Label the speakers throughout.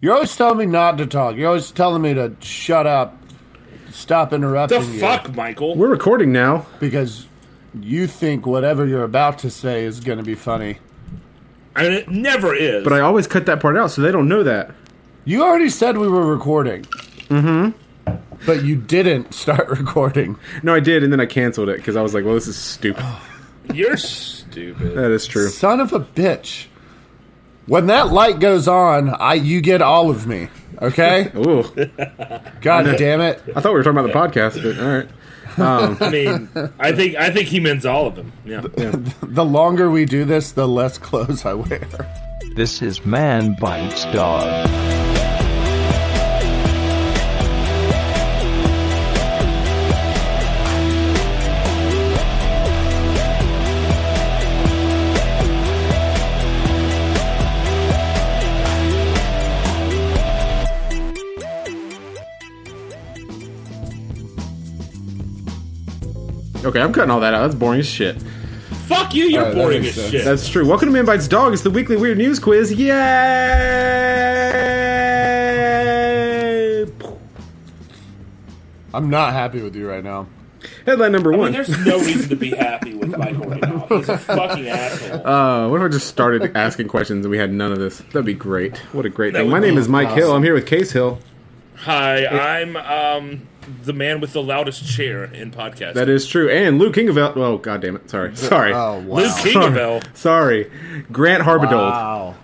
Speaker 1: You're always telling me not to talk. You're always telling me to shut up, stop
Speaker 2: The
Speaker 1: interrupting you,
Speaker 2: fuck, Michael?
Speaker 3: We're recording now.
Speaker 1: because you think whatever you're about to say is going to be funny.
Speaker 2: And it never is.
Speaker 3: But I always cut that part out so they don't know that.
Speaker 1: You already said we were recording. Mm-hmm. But you didn't start recording.
Speaker 3: No, I did, and then I canceled it because I was like, well, this is stupid.
Speaker 2: You're stupid.
Speaker 3: That is true.
Speaker 1: Son of a bitch. When that light goes on, I you get all of me. Okay?
Speaker 3: Ooh.
Speaker 1: God damn it.
Speaker 3: I thought we were talking about the podcast, but all right.
Speaker 2: I mean, I think I think he means all of them. Yeah.
Speaker 1: The longer we do this, the less clothes I wear.
Speaker 4: This is Man Bites Dog.
Speaker 3: Okay, I'm cutting all that out. That's boring as shit.
Speaker 2: Fuck you. You're
Speaker 1: All right, that
Speaker 2: boring as
Speaker 1: makes sense.
Speaker 2: shit.
Speaker 3: That's true. Welcome to Man Bites Dog. It's the weekly weird news quiz. Yay!
Speaker 1: I'm not happy with you right now.
Speaker 3: Headline number
Speaker 2: I mean,
Speaker 3: one.
Speaker 2: there's no reason to be happy with Michael right now. He's a fucking asshole.
Speaker 3: Uh, what if I just started asking questions and we had none of this? That'd be great. What a great
Speaker 2: That
Speaker 3: thing.
Speaker 2: would
Speaker 3: My
Speaker 2: be
Speaker 3: name is Mike Hill. I'm here with Case Hill.
Speaker 2: Hi, I'm um the man with the loudest chair in podcast.
Speaker 3: That is true. And Luke King of El- Oh, god damn it. Sorry. Sorry.
Speaker 1: Oh, wow.
Speaker 2: Luke Kingerbell.
Speaker 3: Sorry. Grant Harbidold.
Speaker 1: Wow.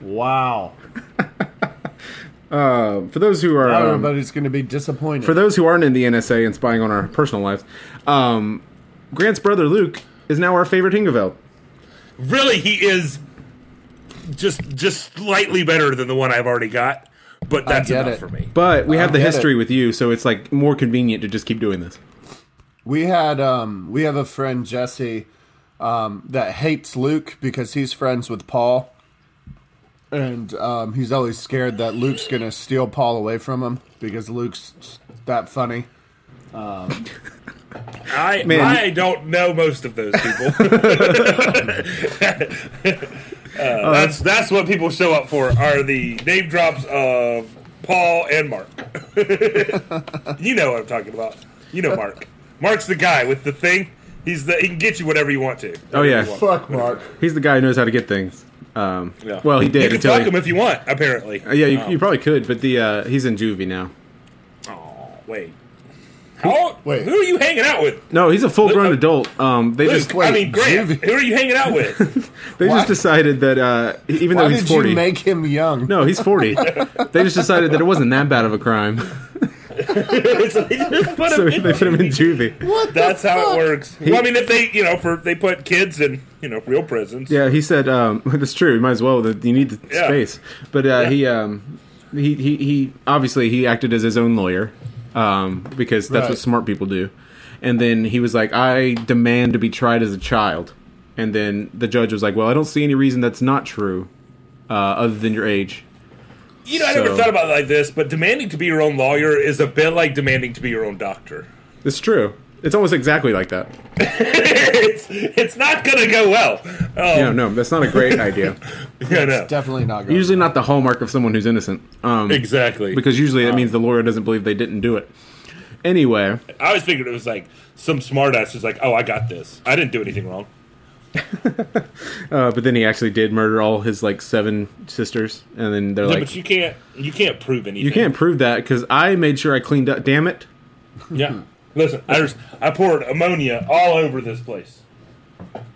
Speaker 1: Wow.
Speaker 3: For those who are um,
Speaker 1: Everybody's going to be disappointed.
Speaker 3: for those who aren't in the NSA and spying on our personal lives, um, Grant's brother Luke is now our favorite Hingeveld.
Speaker 2: Really, he is just just slightly better than the one I've already got. But that's
Speaker 1: get
Speaker 2: enough
Speaker 1: it.
Speaker 2: for me.
Speaker 3: But we have the
Speaker 1: get
Speaker 3: history
Speaker 1: it.
Speaker 3: with you, so it's like more convenient to just keep doing this.
Speaker 1: We had um we have a friend Jesse um that hates Luke because he's friends with Paul. And um, he's always scared that Luke's gonna steal Paul away from him because Luke's that funny.
Speaker 2: I
Speaker 3: Man,
Speaker 2: I don't know most of those people. Uh, that's that's what people show up for are the name drops of Paul and Mark. you know what I'm talking about. You know Mark. Mark's the guy with the thing. He's the he can get you whatever you want to.
Speaker 3: Oh yeah,
Speaker 1: Fuck Mark.
Speaker 3: he's the guy who knows how to get things. Um,
Speaker 2: Yeah.
Speaker 3: Well, he
Speaker 2: You
Speaker 3: did
Speaker 2: can
Speaker 3: until
Speaker 2: fuck
Speaker 3: he,
Speaker 2: him if you want. Apparently.
Speaker 3: Uh, yeah, you, you probably could, but the uh, he's in juvie now.
Speaker 2: Oh, wait. How,
Speaker 1: Wait.
Speaker 2: Who are you hanging out with?
Speaker 3: No, he's a full grown
Speaker 2: uh,
Speaker 3: adult. Um, they just
Speaker 2: Luke, I
Speaker 1: wait,
Speaker 2: mean, Grant.
Speaker 1: Juvie.
Speaker 2: Who are you hanging out with?
Speaker 3: they
Speaker 1: why-
Speaker 3: just decided that uh, even though
Speaker 1: Why
Speaker 3: he's
Speaker 1: did
Speaker 3: forty,
Speaker 1: you make him young?
Speaker 3: no, he's forty. they just decided that it wasn't that bad of a crime,
Speaker 2: so they just put
Speaker 3: so
Speaker 2: him in
Speaker 3: they put him in juvie.
Speaker 1: What the
Speaker 2: That's how
Speaker 1: fuck?
Speaker 2: it works. well, I mean, if they, you know, for they put kids in, you know, real prisons.
Speaker 3: Yeah, he said um, that's true. You might as well. that You need the
Speaker 2: Yeah.
Speaker 3: space. But uh,
Speaker 2: Yeah.
Speaker 3: he, um, he, he, he, obviously he acted as his own lawyer um, because that's
Speaker 1: Right.
Speaker 3: what smart people do. And then he was like, "I demand to be tried as a child." And then the judge was like, "Well, I don't see any reason that's not true, uh, other than your age."
Speaker 2: You know, I
Speaker 3: So-
Speaker 2: never thought about it like this, but demanding to be your own lawyer is a bit like demanding to be your own doctor.
Speaker 3: It's true. It's almost exactly like that.
Speaker 2: it's it's not gonna go well. Um,
Speaker 3: No, no, that's not a great idea.
Speaker 2: you know.
Speaker 1: Definitely not going.
Speaker 3: Usually, not the hallmark of someone who's innocent. Um,
Speaker 2: exactly.
Speaker 3: Because usually that means the lawyer doesn't believe they didn't do it. Anyway.
Speaker 2: I always figured it was like some smartass is like, oh, I got this. I didn't do anything wrong.
Speaker 3: Uh, but then he actually did murder all his like seven sisters, and then they're
Speaker 2: Yeah,
Speaker 3: like,
Speaker 2: but
Speaker 3: you,
Speaker 2: you can't you can't prove anything.
Speaker 3: can't prove that because I made sure I cleaned up." Damn it!
Speaker 2: Yeah. Listen, I just I poured ammonia all over this place.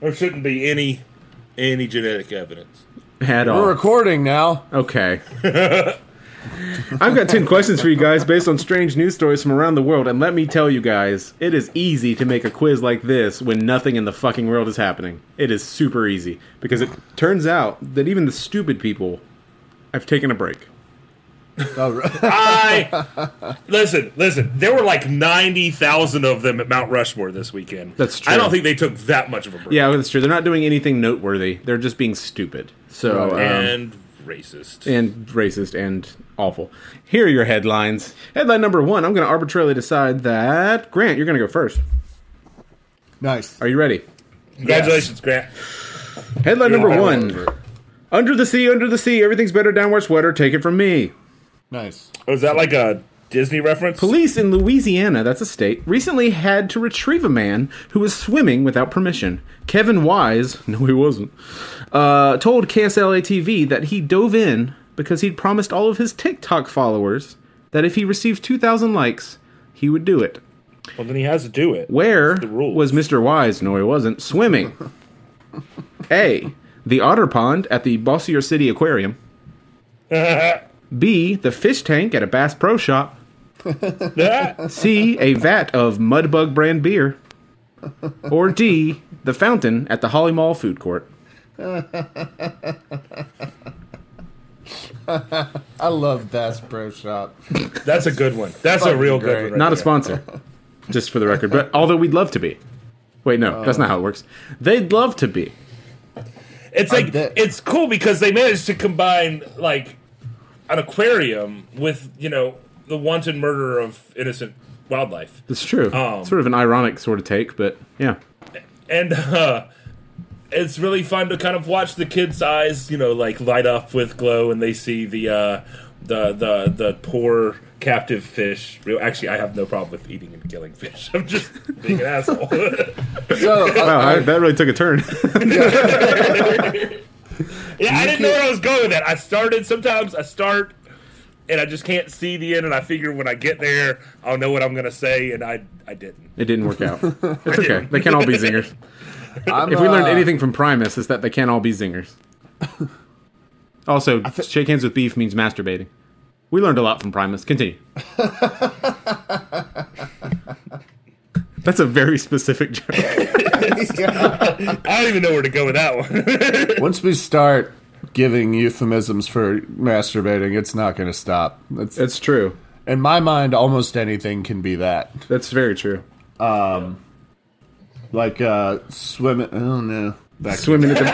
Speaker 2: There shouldn't be any any genetic evidence.
Speaker 3: Had
Speaker 1: We're
Speaker 3: all
Speaker 1: recording now.
Speaker 3: okay. I've got ten questions for you guys based on strange news stories from around the world, and let me tell you guys, it is easy to make a quiz like this when nothing in the fucking world is happening. It is super easy because it turns out that even the stupid people have taken a break.
Speaker 1: Oh, right.
Speaker 2: I listen, listen. There were like ninety thousand of them at Mount Rushmore this weekend.
Speaker 3: That's true.
Speaker 2: I don't think they took that much of a break.
Speaker 3: Yeah, that's true. They're not doing anything noteworthy. They're just being stupid. So. um,
Speaker 2: and racist.
Speaker 3: and racist and awful. Here are your headlines. Headline number one I'm going to arbitrarily decide that. Grant, you're going to go first.
Speaker 1: nice.
Speaker 3: Are you ready?
Speaker 2: Congratulations, Grant.
Speaker 3: Headline number
Speaker 2: Yeah, I
Speaker 3: one
Speaker 2: remember.
Speaker 3: Under the sea, under the sea, everything's better, downward sweater, take it from me.
Speaker 1: Nice.
Speaker 2: Oh, is that like a Disney reference?
Speaker 3: Police in Louisiana, that's a state, recently had to retrieve a man who was swimming without permission. Kevin Wise, no, he wasn't, uh, told KSLA TV that he dove in because he'd promised all of his TikTok followers that if he received 2,000 likes, he would do it.
Speaker 2: Well, then he has to do it.
Speaker 3: Where
Speaker 2: the rules.
Speaker 3: was Mr. Wise? No, he wasn't. Swimming. A. The otter pond at the Bossier City Aquarium. B. The fish tank at a Bass Pro Shop.
Speaker 2: That?
Speaker 3: C, a vat of Mudbug brand beer. Or D, the fountain at the Holly Mall food court.
Speaker 1: I love Bass Pro Shop.
Speaker 2: That's a good one. That's a
Speaker 1: Fucking
Speaker 2: real good
Speaker 1: great.
Speaker 2: one. Right
Speaker 3: Not a
Speaker 2: there.
Speaker 3: sponsor, just for the record, but although we'd love to be. Wait, no, that's not how it works. They'd love to be.
Speaker 2: It's like
Speaker 1: bet.
Speaker 2: it's cool because they managed to combine like an aquarium with you know the wanton murder of innocent wildlife,
Speaker 3: It's true.
Speaker 2: Um,
Speaker 3: sort of an ironic sort of take, but yeah.
Speaker 2: and uh, it's really fun to kind of watch the kids' eyes, you know, like light up with glow, and they see the uh, the the the poor captive fish. Real- Actually, I have no problem with eating and killing fish. I'm just being an asshole.
Speaker 1: So, uh,
Speaker 3: Wow, I, that really took a turn.
Speaker 2: Yeah, I didn't know where I was going with that. I started sometimes I start and I just can't see the end and I figure when I get there I'll know what I'm gonna say and I I didn't.
Speaker 3: it didn't work out. It's okay. They can't all be zingers.
Speaker 1: I'm,
Speaker 3: If we learned
Speaker 1: uh,
Speaker 3: anything from Primus, is that they can't all be zingers. Also, shake hands with beef means masturbating. We learned a lot from Primus. Continue. That's a very specific joke.
Speaker 2: I don't even know where to go with that one.
Speaker 1: once we start giving euphemisms for masturbating, it's not going to stop. It's,
Speaker 3: That's true.
Speaker 1: in my mind, almost anything can be that.
Speaker 3: That's very true.
Speaker 1: Like uh, swimming. Oh no, Back-
Speaker 3: Swimming at the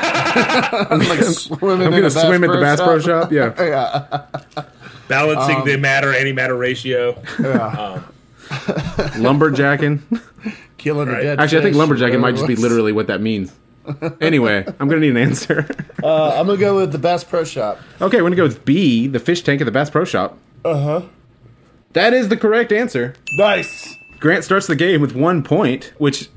Speaker 1: like swimming.
Speaker 3: I'm
Speaker 1: in a
Speaker 3: gonna
Speaker 1: Bass
Speaker 3: swim at the
Speaker 1: Pro
Speaker 3: Bass
Speaker 1: Shop.
Speaker 3: Pro Shop. Yeah,
Speaker 2: Balancing the matter antimatter ratio.
Speaker 3: lumberjacking.
Speaker 1: Killing a
Speaker 2: Right.
Speaker 1: dead.
Speaker 3: Actually, I think
Speaker 1: fish,
Speaker 3: lumberjacking
Speaker 1: whatever
Speaker 3: might just
Speaker 1: it
Speaker 3: be
Speaker 1: was.
Speaker 3: literally what that means. Anyway, I'm gonna need an answer.
Speaker 1: Uh, I'm gonna go with the Bass Pro Shop.
Speaker 3: Okay, we're gonna go with B, the fish tank at the Bass Pro Shop. Uh huh. That is the correct answer.
Speaker 1: Nice.
Speaker 3: Grant starts the game with one point, which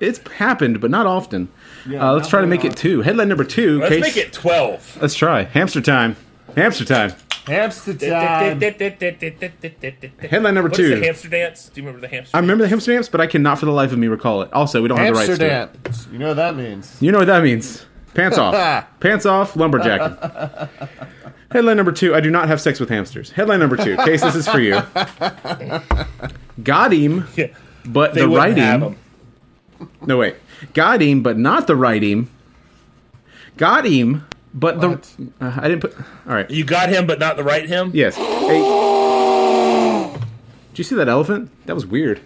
Speaker 3: it's happened, but not often. uh, let's try to make it two. Headline number two.
Speaker 2: Let's
Speaker 3: case-
Speaker 2: make it twelve.
Speaker 3: Let's try hamster time. Hamster time.
Speaker 1: Hamster time.
Speaker 2: Headline
Speaker 3: Headline number
Speaker 2: What is
Speaker 3: two.
Speaker 2: the hamster dance? Do you remember the hamster?
Speaker 3: I remember the hamster dance, but I cannot for the life of me recall it. Also, we don't have the
Speaker 1: Hamster
Speaker 3: rights to it.
Speaker 1: dance. You know what that means.
Speaker 3: You know what that means? Pants off. Pants off. Lumberjacking. Headline number two. I do not have sex with hamsters. Headline number two. Case, this is for you. Got him,
Speaker 2: dance?
Speaker 3: but
Speaker 2: They
Speaker 3: the
Speaker 2: wouldn't have
Speaker 3: writing.
Speaker 2: 'em.
Speaker 3: No, wait. Got him, but not the right him. Got him, but
Speaker 1: What?
Speaker 3: the. Uh, I didn't put. All right.
Speaker 2: You got him, but not the right him.
Speaker 3: Yes. A, did you see that elephant? That was weird.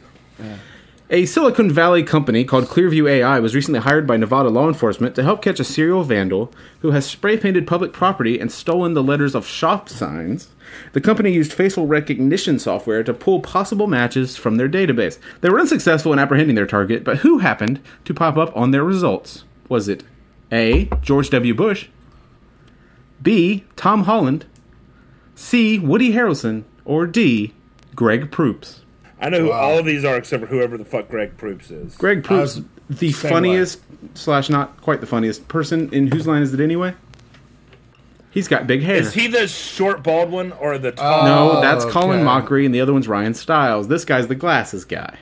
Speaker 3: A Silicon Valley company called Clearview AI was recently hired by Nevada law enforcement to help catch a serial vandal who has spray painted public property and stolen the letters of shop signs. The company used facial recognition software to pull possible matches from their database. They were unsuccessful in apprehending their target, but who happened to pop up on their results? Was it A. George W. Bush, B. Tom Holland, C. Woody Harrelson, or D. Greg Proops?
Speaker 2: I know who all of these are except for whoever the fuck Greg Proops is.
Speaker 3: Greg
Speaker 1: I was
Speaker 3: Proops, the
Speaker 1: same
Speaker 3: funniest slash not quite the funniest person in whose line is it anyway? He's got big hair.
Speaker 2: Is he Oh, the short bald one or the tall?
Speaker 3: no, that's Colin
Speaker 1: okay.
Speaker 3: Mockery, and the other one's Ryan Stiles. This guy's the glasses guy.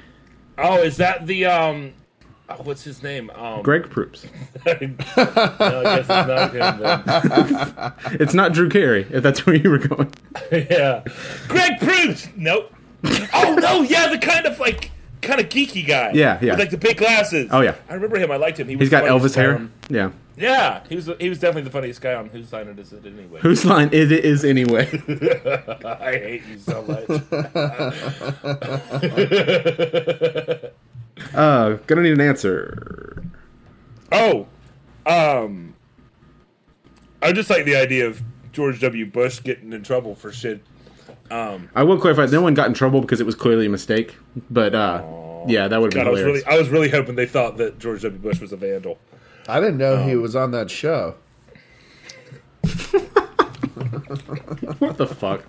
Speaker 2: Oh, is that the um? oh, what's his name? Um,
Speaker 3: Greg Proops.
Speaker 2: No, I guess it's not him. Then.
Speaker 3: It's not Drew Carey, if that's where you were going.
Speaker 2: Yeah, Greg Proops. Nope. Oh no, yeah, the kind of like kind of geeky guy.
Speaker 3: Yeah, yeah.
Speaker 2: With, like the big glasses.
Speaker 3: Oh, yeah.
Speaker 2: I remember him. I liked him. He was
Speaker 3: He's got
Speaker 2: the funniest
Speaker 3: Elvis
Speaker 2: guy
Speaker 3: hair.
Speaker 2: on-
Speaker 3: yeah.
Speaker 2: yeah, he was he was definitely the funniest guy on Whose Line It Is It Anyway.
Speaker 3: Whose line it is anyway?
Speaker 2: I hate you so much.
Speaker 3: Uh, gonna need an answer.
Speaker 2: oh, um, I just like the idea of George W. Bush getting in trouble for shit.
Speaker 3: I will clarify. No one got in trouble because it was clearly a mistake. But uh, yeah, that would have been
Speaker 2: God, I was really
Speaker 3: hilarious.
Speaker 2: I was really hoping they thought that George W. Bush was a vandal.
Speaker 1: I didn't know he was on that show.
Speaker 3: What the fuck?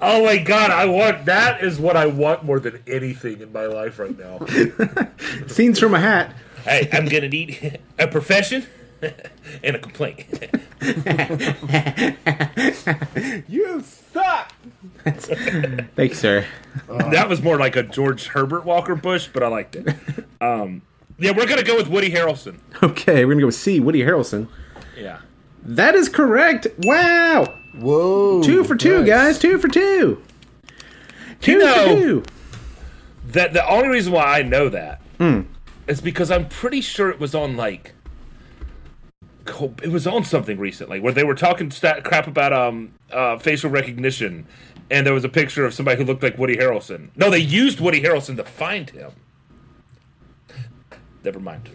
Speaker 2: Oh my god, I want that is what I want more than anything in my life right now.
Speaker 3: Scenes from a hat.
Speaker 2: hey, I'm gonna need a profession and a complaint.
Speaker 3: You suck. Thank you, sir.
Speaker 2: that was more like a George Herbert Walker Bush, but I liked it. Um, yeah, we're gonna go with Woody Harrelson.
Speaker 3: Okay, we're gonna go with C. Woody Harrelson.
Speaker 2: Yeah.
Speaker 3: That is correct. Wow.
Speaker 1: Whoa.
Speaker 3: Two for two,
Speaker 1: nice.
Speaker 3: guys. Two for two. Two
Speaker 2: know-
Speaker 3: for two.
Speaker 2: That the only reason why I know that is
Speaker 3: Hmm.
Speaker 2: because I'm pretty sure it was on like co- it was on something recently where they were talking stat crap about um uh, facial recognition, and there was a picture of somebody who looked like Woody Harrelson. No, they used Woody Harrelson to find him. Never mind.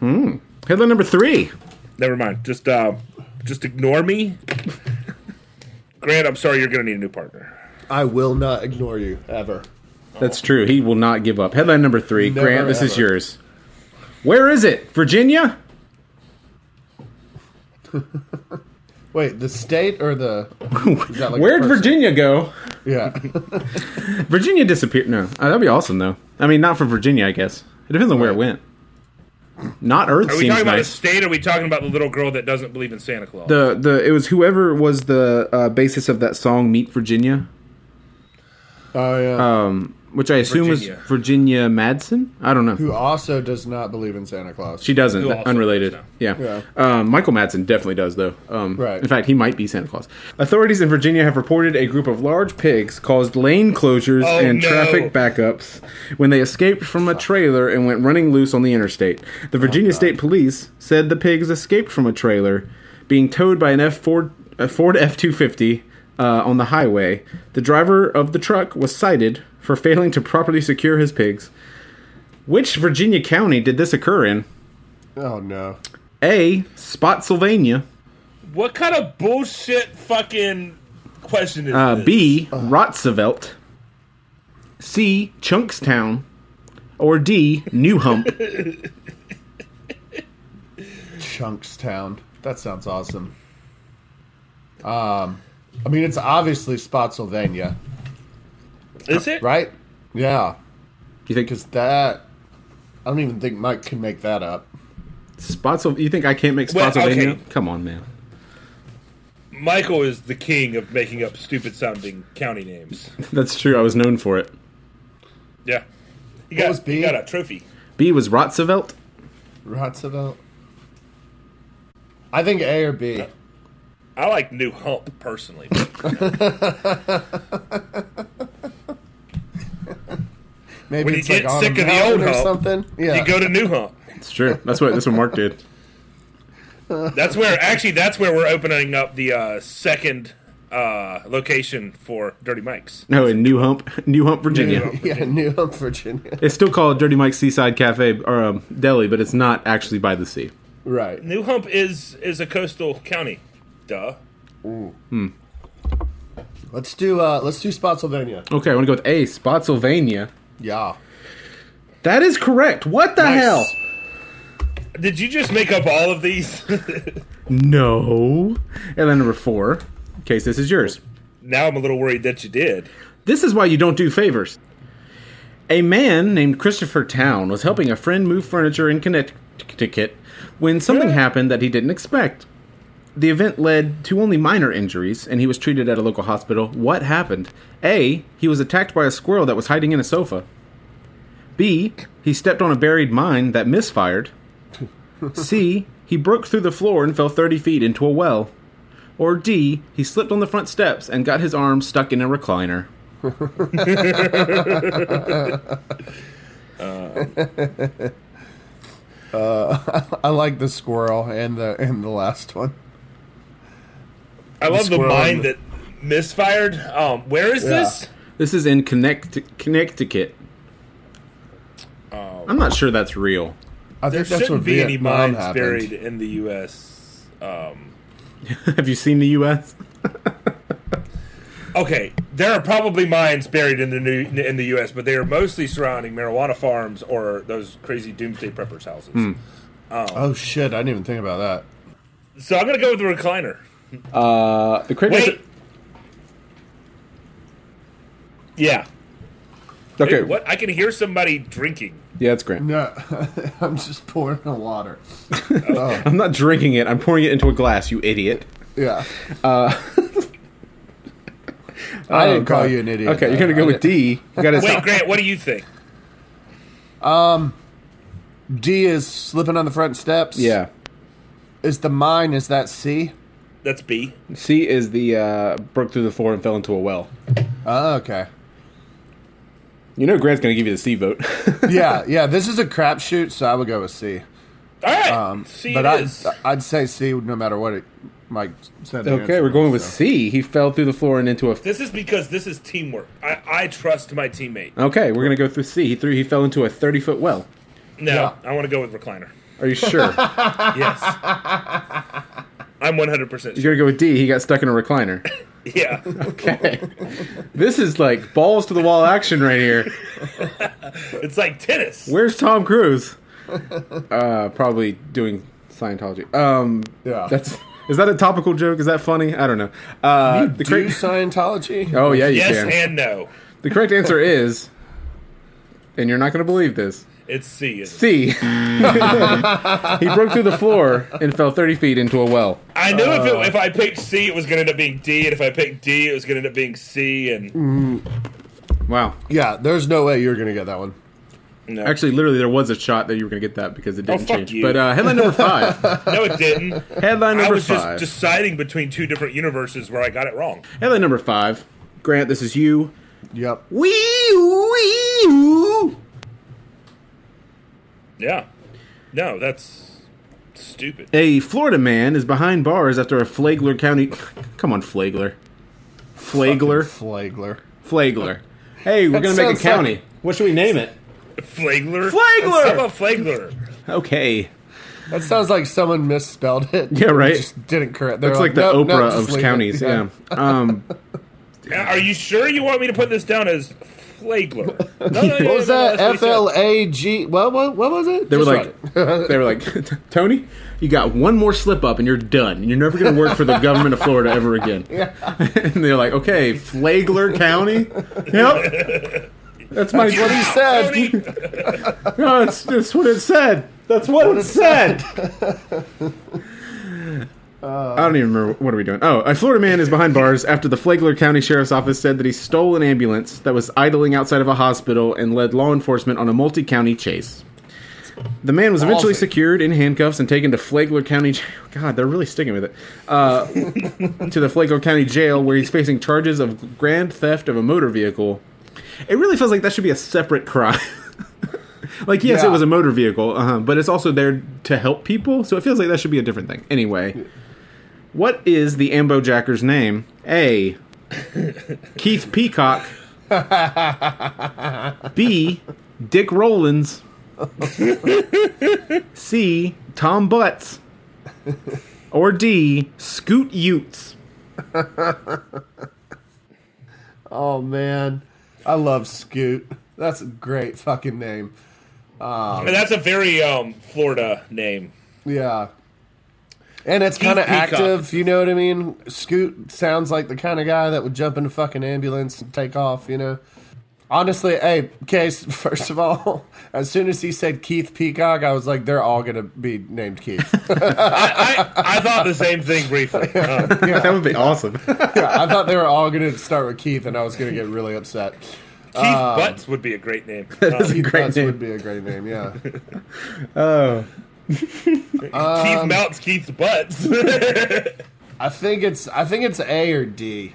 Speaker 3: Headline number three.
Speaker 2: Never mind. Just uh, just ignore me. Grant, I'm sorry. You're gonna need a new partner.
Speaker 1: I will not ignore you ever.
Speaker 3: That's true. He will not give up. Headline number three.
Speaker 1: Never,
Speaker 3: Grant, this is
Speaker 1: ever.
Speaker 3: yours. Where is it? Virginia?
Speaker 1: Wait, the state or the? is that like a
Speaker 3: Where'd
Speaker 1: person?
Speaker 3: Virginia go?
Speaker 1: Yeah.
Speaker 3: Virginia disappeared. No, Uh, that'd be awesome though. I mean, not for Virginia, I guess. It depends on where it went. Not Earth
Speaker 2: Are we
Speaker 3: seems
Speaker 2: talking about the
Speaker 3: nice.
Speaker 2: state? Or are we talking about the little girl that doesn't believe in Santa Claus?
Speaker 3: The the it was whoever was the uh, basis of that song "Meet Virginia,"
Speaker 1: Oh yeah.
Speaker 3: Uh, which I assume
Speaker 2: Virginia.
Speaker 3: was Virginia Madsen. I don't know.
Speaker 1: Who also does not believe in Santa Claus?
Speaker 3: She doesn't.
Speaker 2: Who
Speaker 3: Th-
Speaker 2: also
Speaker 3: Unrelated.
Speaker 2: does
Speaker 3: yeah.
Speaker 1: Yeah.
Speaker 3: Um, Michael Madsen definitely does, though. Um,
Speaker 1: Right.
Speaker 3: In fact, he might be Santa Claus. Authorities in Virginia have reported a group of large pigs caused lane closures
Speaker 2: Oh,
Speaker 3: and
Speaker 2: no.
Speaker 3: traffic backups when they escaped from a trailer and went running loose on the interstate. The
Speaker 1: Oh,
Speaker 3: Virginia State Police said the pigs escaped from a trailer, being towed by an F Ford a Ford F two fifty. Uh, on the highway, the driver of the truck was cited for failing to properly secure his pigs. Which Virginia county did this occur in?
Speaker 1: oh no.
Speaker 3: A. Spotsylvania.
Speaker 2: What kind of bullshit fucking question is
Speaker 3: Uh,
Speaker 2: this?
Speaker 3: B. Rotsevelt. C. Chunkstown. Or D. New Hump.
Speaker 1: Chunkstown. That sounds awesome. Um, I mean, it's obviously Spotsylvania,
Speaker 2: Is it?
Speaker 1: right? Yeah,
Speaker 3: you think
Speaker 1: because that. I don't even think Mike can make that up.
Speaker 3: Spotsylvania? You think I can't make
Speaker 2: Well,
Speaker 3: Spotsylvania?
Speaker 2: okay.
Speaker 3: Come on, man.
Speaker 2: Michael is the king of making up stupid sounding county names.
Speaker 3: That's true. I was known for it.
Speaker 2: Yeah. He got,
Speaker 1: was
Speaker 2: he
Speaker 1: B?
Speaker 2: got a trophy.
Speaker 3: B was Rotsevelt.
Speaker 1: Roosevelt. I think A or B.
Speaker 2: I like New Hump personally.
Speaker 1: Maybe
Speaker 2: when you
Speaker 1: it's like
Speaker 2: get
Speaker 1: on
Speaker 2: sick
Speaker 1: a
Speaker 2: of the old
Speaker 1: mountain or
Speaker 2: hump,
Speaker 1: something. Yeah.
Speaker 2: You go to New Hump.
Speaker 3: It's true. That's what that's what Mark did.
Speaker 2: That's where actually that's where we're opening up the uh, second uh, location for Dirty Mike's.
Speaker 3: No, in New Hump, New Hump, Virginia.
Speaker 1: yeah, New Hope, Virginia.
Speaker 3: It's still called Dirty Mike's Seaside Cafe or um, Deli, but it's not actually by the sea.
Speaker 1: Right.
Speaker 2: New Hump is is a coastal county. Duh.
Speaker 1: Let's do. uh Let's do Spotsylvania.
Speaker 3: Okay, I want to go with A. Spotsylvania.
Speaker 1: Yeah.
Speaker 3: That is correct. What the
Speaker 2: Nice.
Speaker 3: hell?
Speaker 2: Did you just make up all of these?
Speaker 3: No. And then number four, in case this is yours.
Speaker 2: now I'm a little worried that you did.
Speaker 3: This is why you don't do favors. A man named Christopher Town was helping a friend move furniture in Connecticut when something happened that he didn't expect. The event led to only minor injuries, and he was treated at a local hospital. What happened? A. He was attacked by a squirrel that was hiding in a sofa. B. He stepped on a buried mine that misfired. C. He broke through the floor and fell 30 feet into a well. Or D. He slipped on the front steps and got his arm stuck in a recliner.
Speaker 1: I like the squirrel and the and the last one.
Speaker 2: I love the
Speaker 1: squirrel
Speaker 2: mine
Speaker 1: and-
Speaker 2: that misfired. Um, where is this?
Speaker 3: This is in Connect- Connecticut. I'm not sure that's real.
Speaker 1: I
Speaker 2: There
Speaker 1: think that's where
Speaker 2: shouldn't be any
Speaker 1: Vietnam
Speaker 2: mines
Speaker 1: happened.
Speaker 2: buried in the U.S. Um,
Speaker 3: Have you seen the U.S.?
Speaker 2: okay, there are probably mines buried in the new in the U.S., but they are mostly surrounding marijuana farms
Speaker 1: Hmm.
Speaker 2: or those crazy doomsday preppers houses.
Speaker 1: Oh shit! I didn't even think about that.
Speaker 2: So I'm gonna go with the recliner.
Speaker 3: Uh, the crickets.
Speaker 2: Wait. Yeah.
Speaker 3: Okay.
Speaker 2: Dude, what? I can hear somebody drinking.
Speaker 3: Yeah, it's Grant.
Speaker 1: No, I'm just pouring the water.
Speaker 3: I'm not drinking it. I'm pouring it into a glass. You idiot.
Speaker 1: Yeah. Uh, I didn't call you an idiot.
Speaker 3: Oh, Okay, you're gonna go
Speaker 1: I
Speaker 3: with D. You gotta
Speaker 2: Wait, Grant, what do you think?
Speaker 1: D is slipping on the front steps.
Speaker 3: Yeah.
Speaker 1: Is the mine, is that C?
Speaker 2: That's B.
Speaker 3: C is the uh, broke through the floor and fell into a well.
Speaker 1: Oh, okay.
Speaker 3: You know Grant's gonna give you the C vote.
Speaker 1: Yeah, yeah, this is a crapshoot, so I would go with C.
Speaker 2: All right.
Speaker 1: Um,
Speaker 2: C
Speaker 1: but
Speaker 2: it
Speaker 1: I'd,
Speaker 2: is.
Speaker 1: I'd say C no matter what it, Mike said. the
Speaker 3: okay,
Speaker 1: answer
Speaker 3: we're going
Speaker 1: was,
Speaker 3: with C. He fell through the floor and into a.
Speaker 2: This is because this is teamwork. I, I trust my teammate.
Speaker 3: Okay, we're gonna go through C. He threw. He fell into a 30 foot well.
Speaker 2: No,
Speaker 1: Yeah.
Speaker 2: I want to go with recliner.
Speaker 3: Are you sure?
Speaker 2: Yes. I'm 100% sure.
Speaker 3: you're gonna go with D. He got stuck in a recliner.
Speaker 2: Yeah.
Speaker 3: Okay. this is like balls to the wall action right here.
Speaker 2: It's like tennis.
Speaker 3: Where's Tom Cruise? Uh, probably doing Scientology. Um,
Speaker 1: Yeah.
Speaker 3: that's is that a topical joke? Is that funny? I don't know. Uh, the
Speaker 1: Do
Speaker 3: correct,
Speaker 1: Scientology?
Speaker 3: oh yeah, you
Speaker 2: yes
Speaker 3: can.
Speaker 2: and no.
Speaker 3: the correct answer is, and you're not going to believe this.
Speaker 2: It's C. isn't it?
Speaker 3: C. he broke through the floor and fell 30 feet into a well.
Speaker 2: I knew if,
Speaker 1: Uh.
Speaker 2: it, if I picked C, it was going to end up being D, and if I picked D, it was going to end up being C. And
Speaker 3: Wow.
Speaker 1: Yeah, there's no way you're going to get that one.
Speaker 2: no,
Speaker 3: Actually, literally, there was a shot that you were going to get that because it didn't
Speaker 2: Oh, fuck
Speaker 3: change.
Speaker 2: you.
Speaker 3: But uh, headline number five.
Speaker 2: no, it didn't.
Speaker 3: headline
Speaker 2: I
Speaker 3: number
Speaker 2: was
Speaker 3: five.
Speaker 2: just deciding between two different universes where I got it wrong.
Speaker 3: Headline number five. Grant, this is you.
Speaker 1: Yep.
Speaker 3: Wee wee.
Speaker 2: Yeah. No, that's stupid.
Speaker 3: A Florida man is behind bars after a Flagler County. Come on, Flagler. Flagler.
Speaker 1: Flagler.
Speaker 3: Flagler. Hey, we're
Speaker 1: That
Speaker 3: going to make a
Speaker 1: sounds like-
Speaker 3: county. What should we name it?
Speaker 2: Flagler?
Speaker 3: Flagler!
Speaker 2: How about Flagler?
Speaker 3: Okay.
Speaker 1: That sounds like someone misspelled it.
Speaker 3: Yeah, right.
Speaker 1: Just didn't correct. They're
Speaker 3: It's like the
Speaker 1: "Nope, nope,
Speaker 3: Oprah
Speaker 1: just
Speaker 3: of
Speaker 1: leave it."
Speaker 3: counties. Yeah. Um,
Speaker 2: Are you sure you want me to put this down as Flagler? No, no, no, no,
Speaker 1: What was
Speaker 2: no,
Speaker 1: that?
Speaker 2: that's
Speaker 1: F
Speaker 2: what he said.
Speaker 1: L A G. What? What? What was it?
Speaker 3: they were
Speaker 1: Just
Speaker 3: like, they were like, Tony, you got one more slip up and you're done. You're never going to work for the government of Florida ever again. and they're like, okay, Flagler County. Yep. That's my.
Speaker 1: what he said.
Speaker 2: Tony,
Speaker 3: No, it's that's what it said. That's what, it said. I don't even remember what are we doing. Oh, a Florida man is behind bars after the Flagler County Sheriff's Office said that he stole an ambulance that was idling outside of a hospital and led law enforcement on a multi-county chase. The man was eventually
Speaker 1: Ballsy.
Speaker 3: secured in handcuffs and taken to Flagler County. j- God, they're really sticking with it. Uh, to the Flagler County Jail, where he's facing charges of grand theft of a motor vehicle. It really feels like that should be a separate crime. Like yes,
Speaker 1: Yeah.
Speaker 3: it was a motor vehicle, uh but it's also there to help people, so it feels like that should be a different thing. Anyway, what is the Ambo Jacker's name? A. Keith Peacock. B. Dick Rollins. C. Tom Butts. Or D. Scoot Utes.
Speaker 1: Oh man, I love Scoot. That's a great fucking name.
Speaker 2: That's a very um, Florida name.
Speaker 1: Yeah. And it's kind of
Speaker 2: Peacock.
Speaker 1: active, you know what I mean? Scoot sounds like the kind of guy that would jump in a fucking ambulance and take off, you know? Honestly, hey, Case, first of all, as soon as he said Keith Peacock, I was like, they're all going to be named Keith.
Speaker 2: I, I, I thought the same thing briefly. Uh,
Speaker 3: That would be awesome.
Speaker 1: Yeah, I thought they were all going to start with Keith, and I was going to get really upset.
Speaker 2: Keith
Speaker 1: Um,
Speaker 2: Butts would be a great name. Uh,
Speaker 1: Keith
Speaker 3: Great
Speaker 1: Butts
Speaker 3: name.
Speaker 1: would be a great name, yeah. Um,
Speaker 2: Keith Mounts, Keith Butts.
Speaker 1: I think it's I think it's A or D.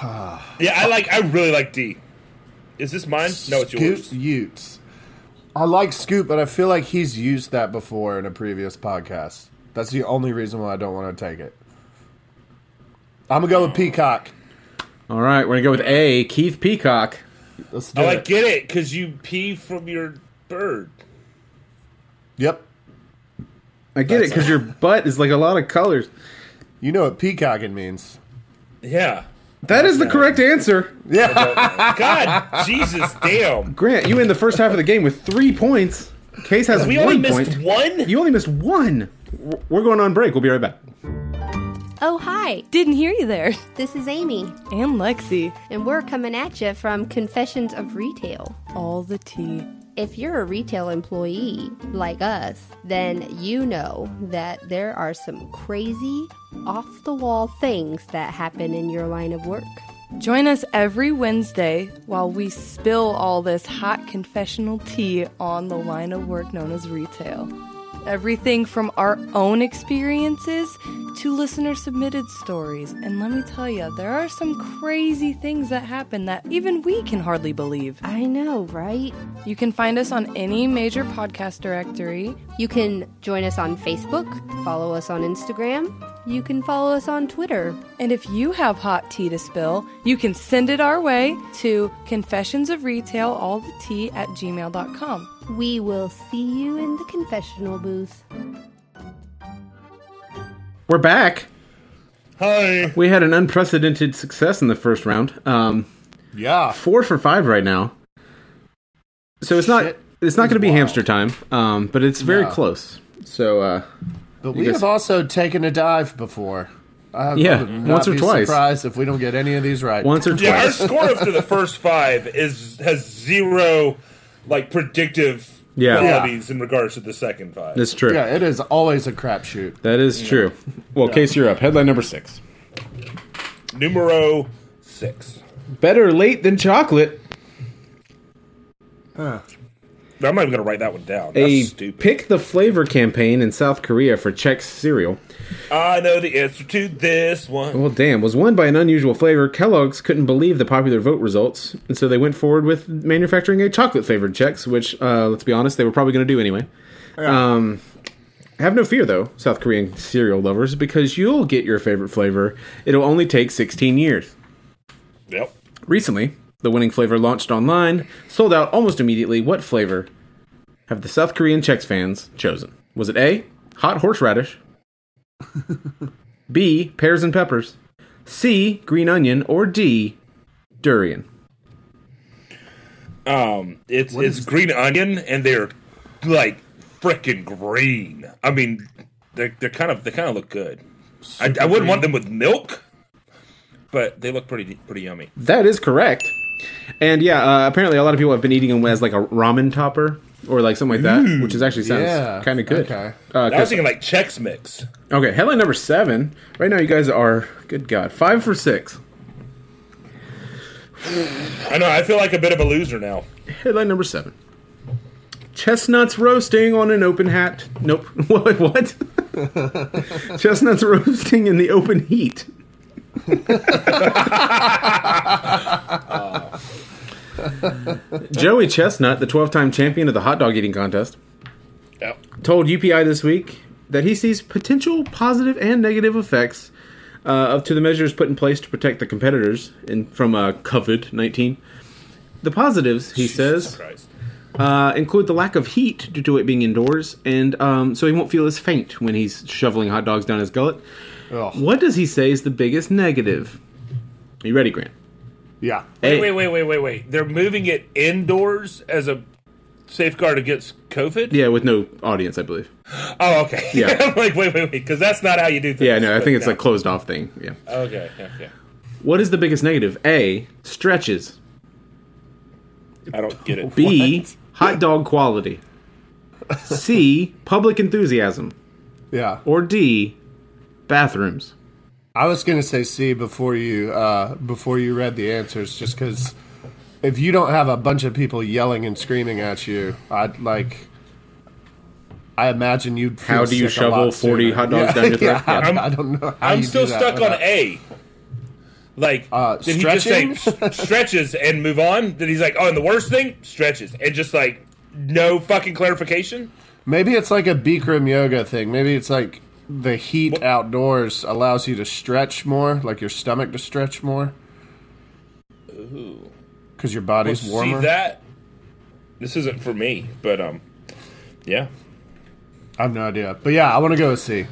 Speaker 2: yeah, I like. I really like D. Is this mine? No, it's yours.
Speaker 1: Scoot Utes. I like Scoot, but I feel like he's used that before in a previous podcast. That's the only reason why I don't want to take it. I'm gonna go with Peacock.
Speaker 3: All right, we're gonna go with A. Keith Peacock.
Speaker 1: Let's do
Speaker 2: Oh, I
Speaker 1: it.
Speaker 2: get it because you pee from your bird.
Speaker 1: Yep.
Speaker 3: I get it because your butt is like a lot of colors.
Speaker 1: You know what peacocking means.
Speaker 2: Yeah.
Speaker 3: That is the correct answer.
Speaker 2: God, Jesus, damn.
Speaker 3: Grant, you in the first half of the game with three points. Case has
Speaker 2: We
Speaker 3: one
Speaker 2: only missed
Speaker 3: point.
Speaker 2: one.
Speaker 3: You only missed one. W- We're going on break. We'll be right back.
Speaker 5: Oh, hi. Didn't hear you there.
Speaker 6: This is Amy,
Speaker 5: And Lexi.
Speaker 6: and we're coming at you from Confessions of Retail.
Speaker 5: All the tea.
Speaker 6: If you're a retail employee like us, then you know that there are some crazy, off the wall things that happen in your line of work.
Speaker 5: Join us every Wednesday while we spill all this hot confessional tea on the line of work known as retail. Everything from our own experiences to listener submitted stories. And let me tell you, there are some crazy things that happen that even we can hardly believe.
Speaker 6: I know, right?
Speaker 5: You can find us on any major podcast directory.
Speaker 6: You can join us on Facebook, follow us on Instagram, you can follow us on Twitter.
Speaker 5: And if you have hot tea to spill, you can send it our way to confessionsofretailallthetea at gmail.com.
Speaker 6: We will see you in the confessional booth.
Speaker 3: We're back.
Speaker 2: Hi.
Speaker 3: We had an unprecedented success in the first round. Um,
Speaker 1: Yeah.
Speaker 3: four for five right now. So it's not
Speaker 1: Shit
Speaker 3: it's not
Speaker 1: is
Speaker 3: going to be
Speaker 1: wild.
Speaker 3: hamster time, um, but it's very
Speaker 1: No.
Speaker 3: close. So uh,
Speaker 1: But we
Speaker 3: guys-
Speaker 1: have also taken a dive before. I
Speaker 3: Yeah,
Speaker 1: would not
Speaker 3: once or
Speaker 1: be
Speaker 3: twice.
Speaker 1: Surprised if we don't get any of these right.
Speaker 3: once or
Speaker 2: Yeah, our
Speaker 3: twice,
Speaker 2: score after the first five is has zero like predictive
Speaker 3: Yeah.
Speaker 2: qualities in regards to the second five.
Speaker 3: that's true.
Speaker 1: Yeah, it is always a crapshoot.
Speaker 3: That is true. Well, case you're up. Headline number six:
Speaker 2: Numero six.
Speaker 3: Better late than chocolate.
Speaker 2: I'm not even gonna write that one down. That's
Speaker 3: A
Speaker 2: stupid.
Speaker 3: pick the flavor campaign in South Korea for Chex cereal.
Speaker 2: I know the answer to this one.
Speaker 3: Well, damn, was won by an unusual flavor. Kellogg's couldn't believe the popular vote results, and so they went forward with manufacturing a chocolate flavored Chex, which, uh, let's be honest, they were probably going to do anyway. Um, have no fear, though, South Korean cereal lovers, because you'll get your favorite flavor. It'll only take 16 years.
Speaker 2: Yep.
Speaker 3: Recently, the winning flavor launched online, sold out almost immediately. What flavor have the South Korean Chex fans chosen? Was it A, hot horseradish? B, pears and peppers? C, green onion? Or D, durian?
Speaker 2: Um, it's it's green onion, and they're like freaking green. I mean, they're they're kind of they kind of look good. I, I wouldn't want them with milk, but they look pretty pretty yummy.
Speaker 3: That is correct. And yeah, uh, apparently a lot of people have been eating them as like a ramen topper or like something like that, which is actually sounds
Speaker 1: Mm, Yeah,
Speaker 3: kind of good.
Speaker 1: okay.
Speaker 3: Uh,
Speaker 2: I was thinking like Chex Mix.
Speaker 3: Okay, headline number seven. Right now, you guys are good God, five for six.
Speaker 2: I know. I feel like a bit of a loser now.
Speaker 3: Headline number seven: Chestnuts roasting on an open hat. Nope. What? What? Chestnuts roasting in the open heat. Joey Chestnut, the 12-time champion of the hot dog eating contest,
Speaker 2: Yep.
Speaker 3: told UPI this week that he sees potential positive and negative effects uh, of to the measures put in place to protect the competitors in, from uh, COVID nineteen. The positives, he says,
Speaker 2: Christ.
Speaker 3: uh, include the lack of heat due to it being indoors, and um, so he won't feel as faint when he's shoveling hot dogs down his gullet.
Speaker 1: Ugh.
Speaker 3: What does he say is the biggest negative? Are you ready, Grant?
Speaker 1: Yeah.
Speaker 2: Wait,
Speaker 3: A-
Speaker 2: wait, wait, wait, wait, wait. They're moving it indoors as a safeguard against COVID.
Speaker 3: Yeah, with no audience, I believe.
Speaker 2: Oh, okay.
Speaker 3: Yeah.
Speaker 2: I'm like, wait, wait, wait, because that's not how you do things.
Speaker 3: Yeah, no, I
Speaker 2: but
Speaker 3: think it's
Speaker 2: no.
Speaker 3: a closed off thing. Yeah.
Speaker 2: Okay. Okay.
Speaker 3: What is the biggest negative? A. Stretches.
Speaker 2: I don't get it.
Speaker 3: B. Hot dog quality. C. Public enthusiasm.
Speaker 1: Yeah.
Speaker 3: Or D. Bathrooms.
Speaker 1: I was gonna say C before you uh, before you read the answers, just because if you don't have a bunch of people yelling and screaming at you, I'd like. I imagine you'd. Feel
Speaker 3: How do you
Speaker 1: sick a lot
Speaker 3: shovel 40
Speaker 1: sooner.
Speaker 3: hot dogs
Speaker 1: Yeah,
Speaker 3: down your throat?
Speaker 1: yeah,
Speaker 3: Yeah.
Speaker 1: I don't know. How
Speaker 2: I'm
Speaker 1: you do
Speaker 2: still
Speaker 1: that
Speaker 2: stuck on
Speaker 1: without-
Speaker 2: A. Like,
Speaker 1: Uh,
Speaker 2: did he just say
Speaker 1: stretching?
Speaker 2: s- stretches and move on? Then he's like, oh, and the worst thing, stretches, and just like no fucking clarification.
Speaker 1: Maybe it's like a Bikram yoga thing. Maybe it's like the heat outdoors allows you to stretch more, like your stomach to stretch more. Because your body's warmer.
Speaker 2: See that? This isn't for me, but um, yeah.
Speaker 1: I have no idea. But yeah, I want to go with C.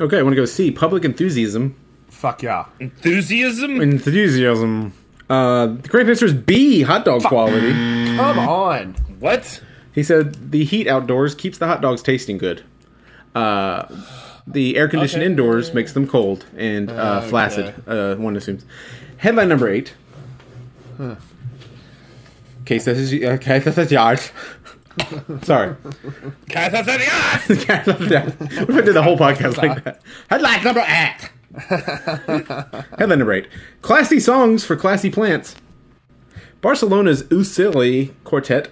Speaker 3: Okay, I want to go C. Public enthusiasm.
Speaker 1: Fuck yeah.
Speaker 2: Enthusiasm.
Speaker 3: Enthusiasm. Uh, the correct answer is B. Hot dog quality.
Speaker 1: Come on.
Speaker 2: What?
Speaker 3: He said the heat outdoors keeps the hot dogs tasting good. uh, the air conditioned indoors makes them cold and uh, flaccid. Uh, one assumes. Headline number eight. Case that is uh, case that is yard. Sorry,
Speaker 2: Cats outside the ass!
Speaker 3: Case that is yard. we did the whole podcast like that. Headline number eight. Headline number eight. Classy songs for classy plants. Barcelona's Usili Quartet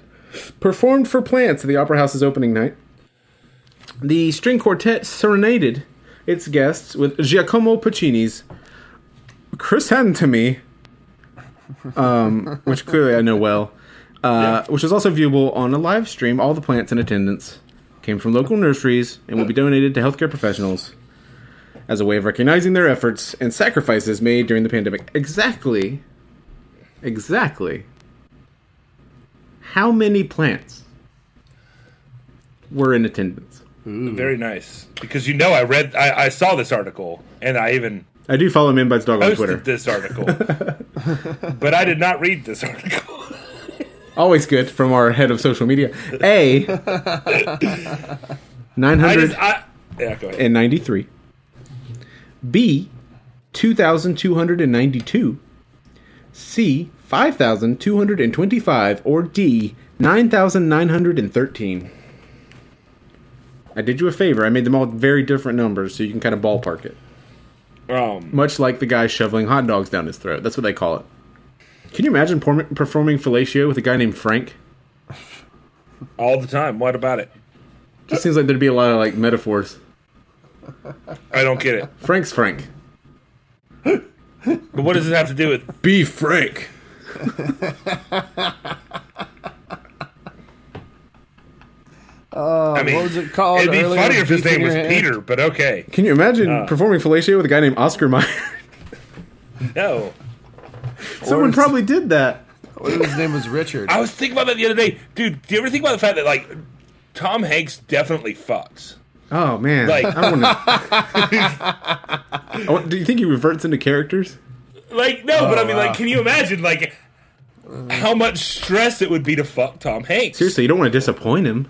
Speaker 3: performed for plants at the Opera House's opening night. The string quartet serenaded its guests with Giacomo Puccini's Chrysanthemi, um, which clearly I know well, uh, which is also viewable on a live stream. All the plants in attendance came from local nurseries and will be donated to healthcare professionals as a way of recognizing their efforts and sacrifices made during the pandemic. Exactly. Exactly. How many plants were in attendance?
Speaker 2: Very nice. Because you know, I read, I, I saw this article, and I even
Speaker 3: I do follow Minbite's dog on
Speaker 2: posted
Speaker 3: Twitter.
Speaker 2: this article. but I did not read this article.
Speaker 3: Always good from our head of social media. A
Speaker 2: I just, I, yeah, go ahead.
Speaker 3: 993. B 2292. C 5225 or D 9913. I did you a favor. I made them all very different numbers so you can kind of ballpark it.
Speaker 2: Um,
Speaker 3: Much like the guy shoveling hot dogs down his throat. That's what they call it. Can you imagine perform- performing fellatio with a guy named Frank?
Speaker 2: all the time. What about it?
Speaker 3: Just seems like there'd be a lot of like metaphors.
Speaker 2: I don't get it.
Speaker 3: Frank's Frank.
Speaker 2: But what does this have to do with?
Speaker 3: Be Frank.
Speaker 2: I mean,
Speaker 1: Oh, what was it called
Speaker 2: It'd be
Speaker 1: earlier?
Speaker 2: funnier if his
Speaker 1: Beak in
Speaker 2: name was
Speaker 1: your hand?
Speaker 2: Peter, but okay.
Speaker 3: Can you imagine performing fellatio with a guy named Oscar Mayer?
Speaker 2: No,
Speaker 3: Someone probably did that.
Speaker 1: What if his name was Richard?
Speaker 2: I was thinking about that the other day, dude. Do you ever think about the fact that like Tom Hanks definitely fucks?
Speaker 3: Oh man!
Speaker 2: Like-
Speaker 3: I want to. do you think he reverts into characters?
Speaker 2: Like, no,
Speaker 3: Oh,
Speaker 2: but I mean, like, can you imagine like how much stress it would be to fuck Tom Hanks?
Speaker 3: Seriously, you don't want to disappoint him.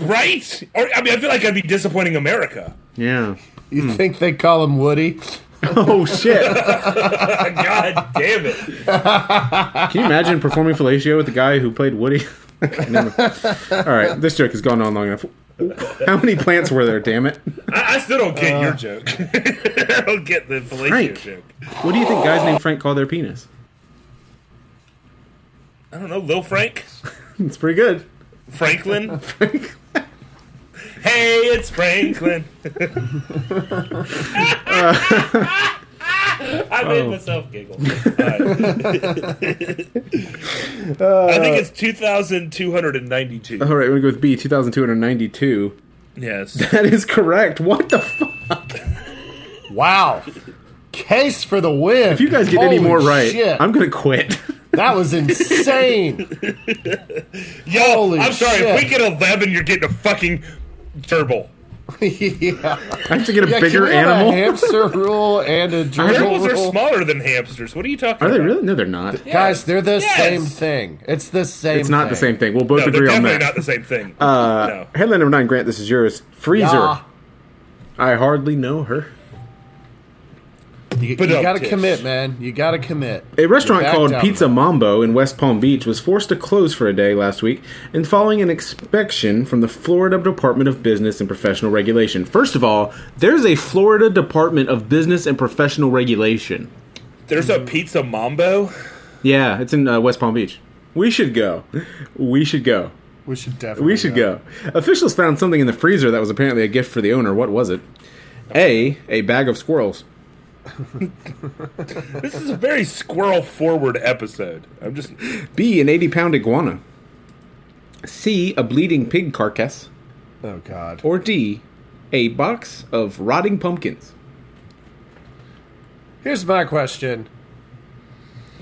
Speaker 2: right? Or I mean, I feel like I'd be disappointing America.
Speaker 3: Yeah.
Speaker 1: you think they call him Woody?
Speaker 3: Oh shit!
Speaker 2: God damn it!
Speaker 3: Can you imagine performing fellatio with the guy who played Woody? Okay, never mind. All right, this joke has gone on long enough. How many plants were there? Damn it!
Speaker 2: I, I still don't get your joke. I don't get the fellatio
Speaker 3: Uh. Frank.
Speaker 2: joke.
Speaker 3: What do you think guys named Frank call their penis?
Speaker 2: I don't know, Lil Frank,
Speaker 3: It's pretty good.
Speaker 2: Franklin. hey, it's Franklin. I made
Speaker 3: Oh.
Speaker 2: myself giggle. Alright. I think it's two thousand two hundred and ninety-two.
Speaker 3: All right, we go with B, two thousand two hundred ninety-two.
Speaker 2: Yes.
Speaker 3: That is correct. What the fuck?
Speaker 1: Wow. Case for the win.
Speaker 3: If you guys get any
Speaker 1: Holy
Speaker 3: more right,
Speaker 1: shit.
Speaker 3: I'm gonna quit.
Speaker 1: that was insane.
Speaker 2: Yo,
Speaker 1: Holy
Speaker 2: I'm sorry. If
Speaker 1: shit.
Speaker 2: we get eleven, you're getting a fucking gerbil.
Speaker 1: yeah.
Speaker 3: I have to get a
Speaker 1: Yeah, can
Speaker 3: bigger
Speaker 1: we have
Speaker 3: animal.
Speaker 1: A hamster rule and a gerbil
Speaker 2: Gerbils are
Speaker 1: rule.
Speaker 2: smaller than hamsters. What are you talking
Speaker 3: Are
Speaker 2: about?
Speaker 3: they really? No, they're not.
Speaker 1: Guys, they're the
Speaker 2: Yes.
Speaker 1: same thing. It's the same.
Speaker 3: It's not the same thing. We'll both
Speaker 2: No, they're
Speaker 3: agree on Uh,
Speaker 2: definitely
Speaker 3: that.
Speaker 2: not the same thing. no.
Speaker 3: Headline number nine, Grant, this is yours. Freezer.
Speaker 1: Yeah.
Speaker 3: I hardly know her.
Speaker 1: You, you
Speaker 2: Ba-dum-tish.
Speaker 1: gotta commit, man. You gotta commit.
Speaker 3: A restaurant
Speaker 1: Back
Speaker 3: called
Speaker 1: down.
Speaker 3: Pizza Mambo in West Palm Beach was forced to close for a day last week and following an inspection from the Florida Department of Business and Professional Regulation. First of all, there's a Florida Department of Business and Professional Regulation.
Speaker 2: There's a pizza mambo.
Speaker 3: Yeah, it's in uh, West Palm Beach. We should go. We should go.
Speaker 1: We should definitely.
Speaker 3: We should go. Officials found something in the freezer that was apparently a gift for the owner. What was it? A. A bag of squirrels.
Speaker 2: This is a very squirrel forward episode. I'm just
Speaker 3: B. An 80 pound iguana. C. A bleeding pig carcass.
Speaker 1: Oh God.
Speaker 3: Or D. A box of rotting pumpkins.
Speaker 1: Here's my question.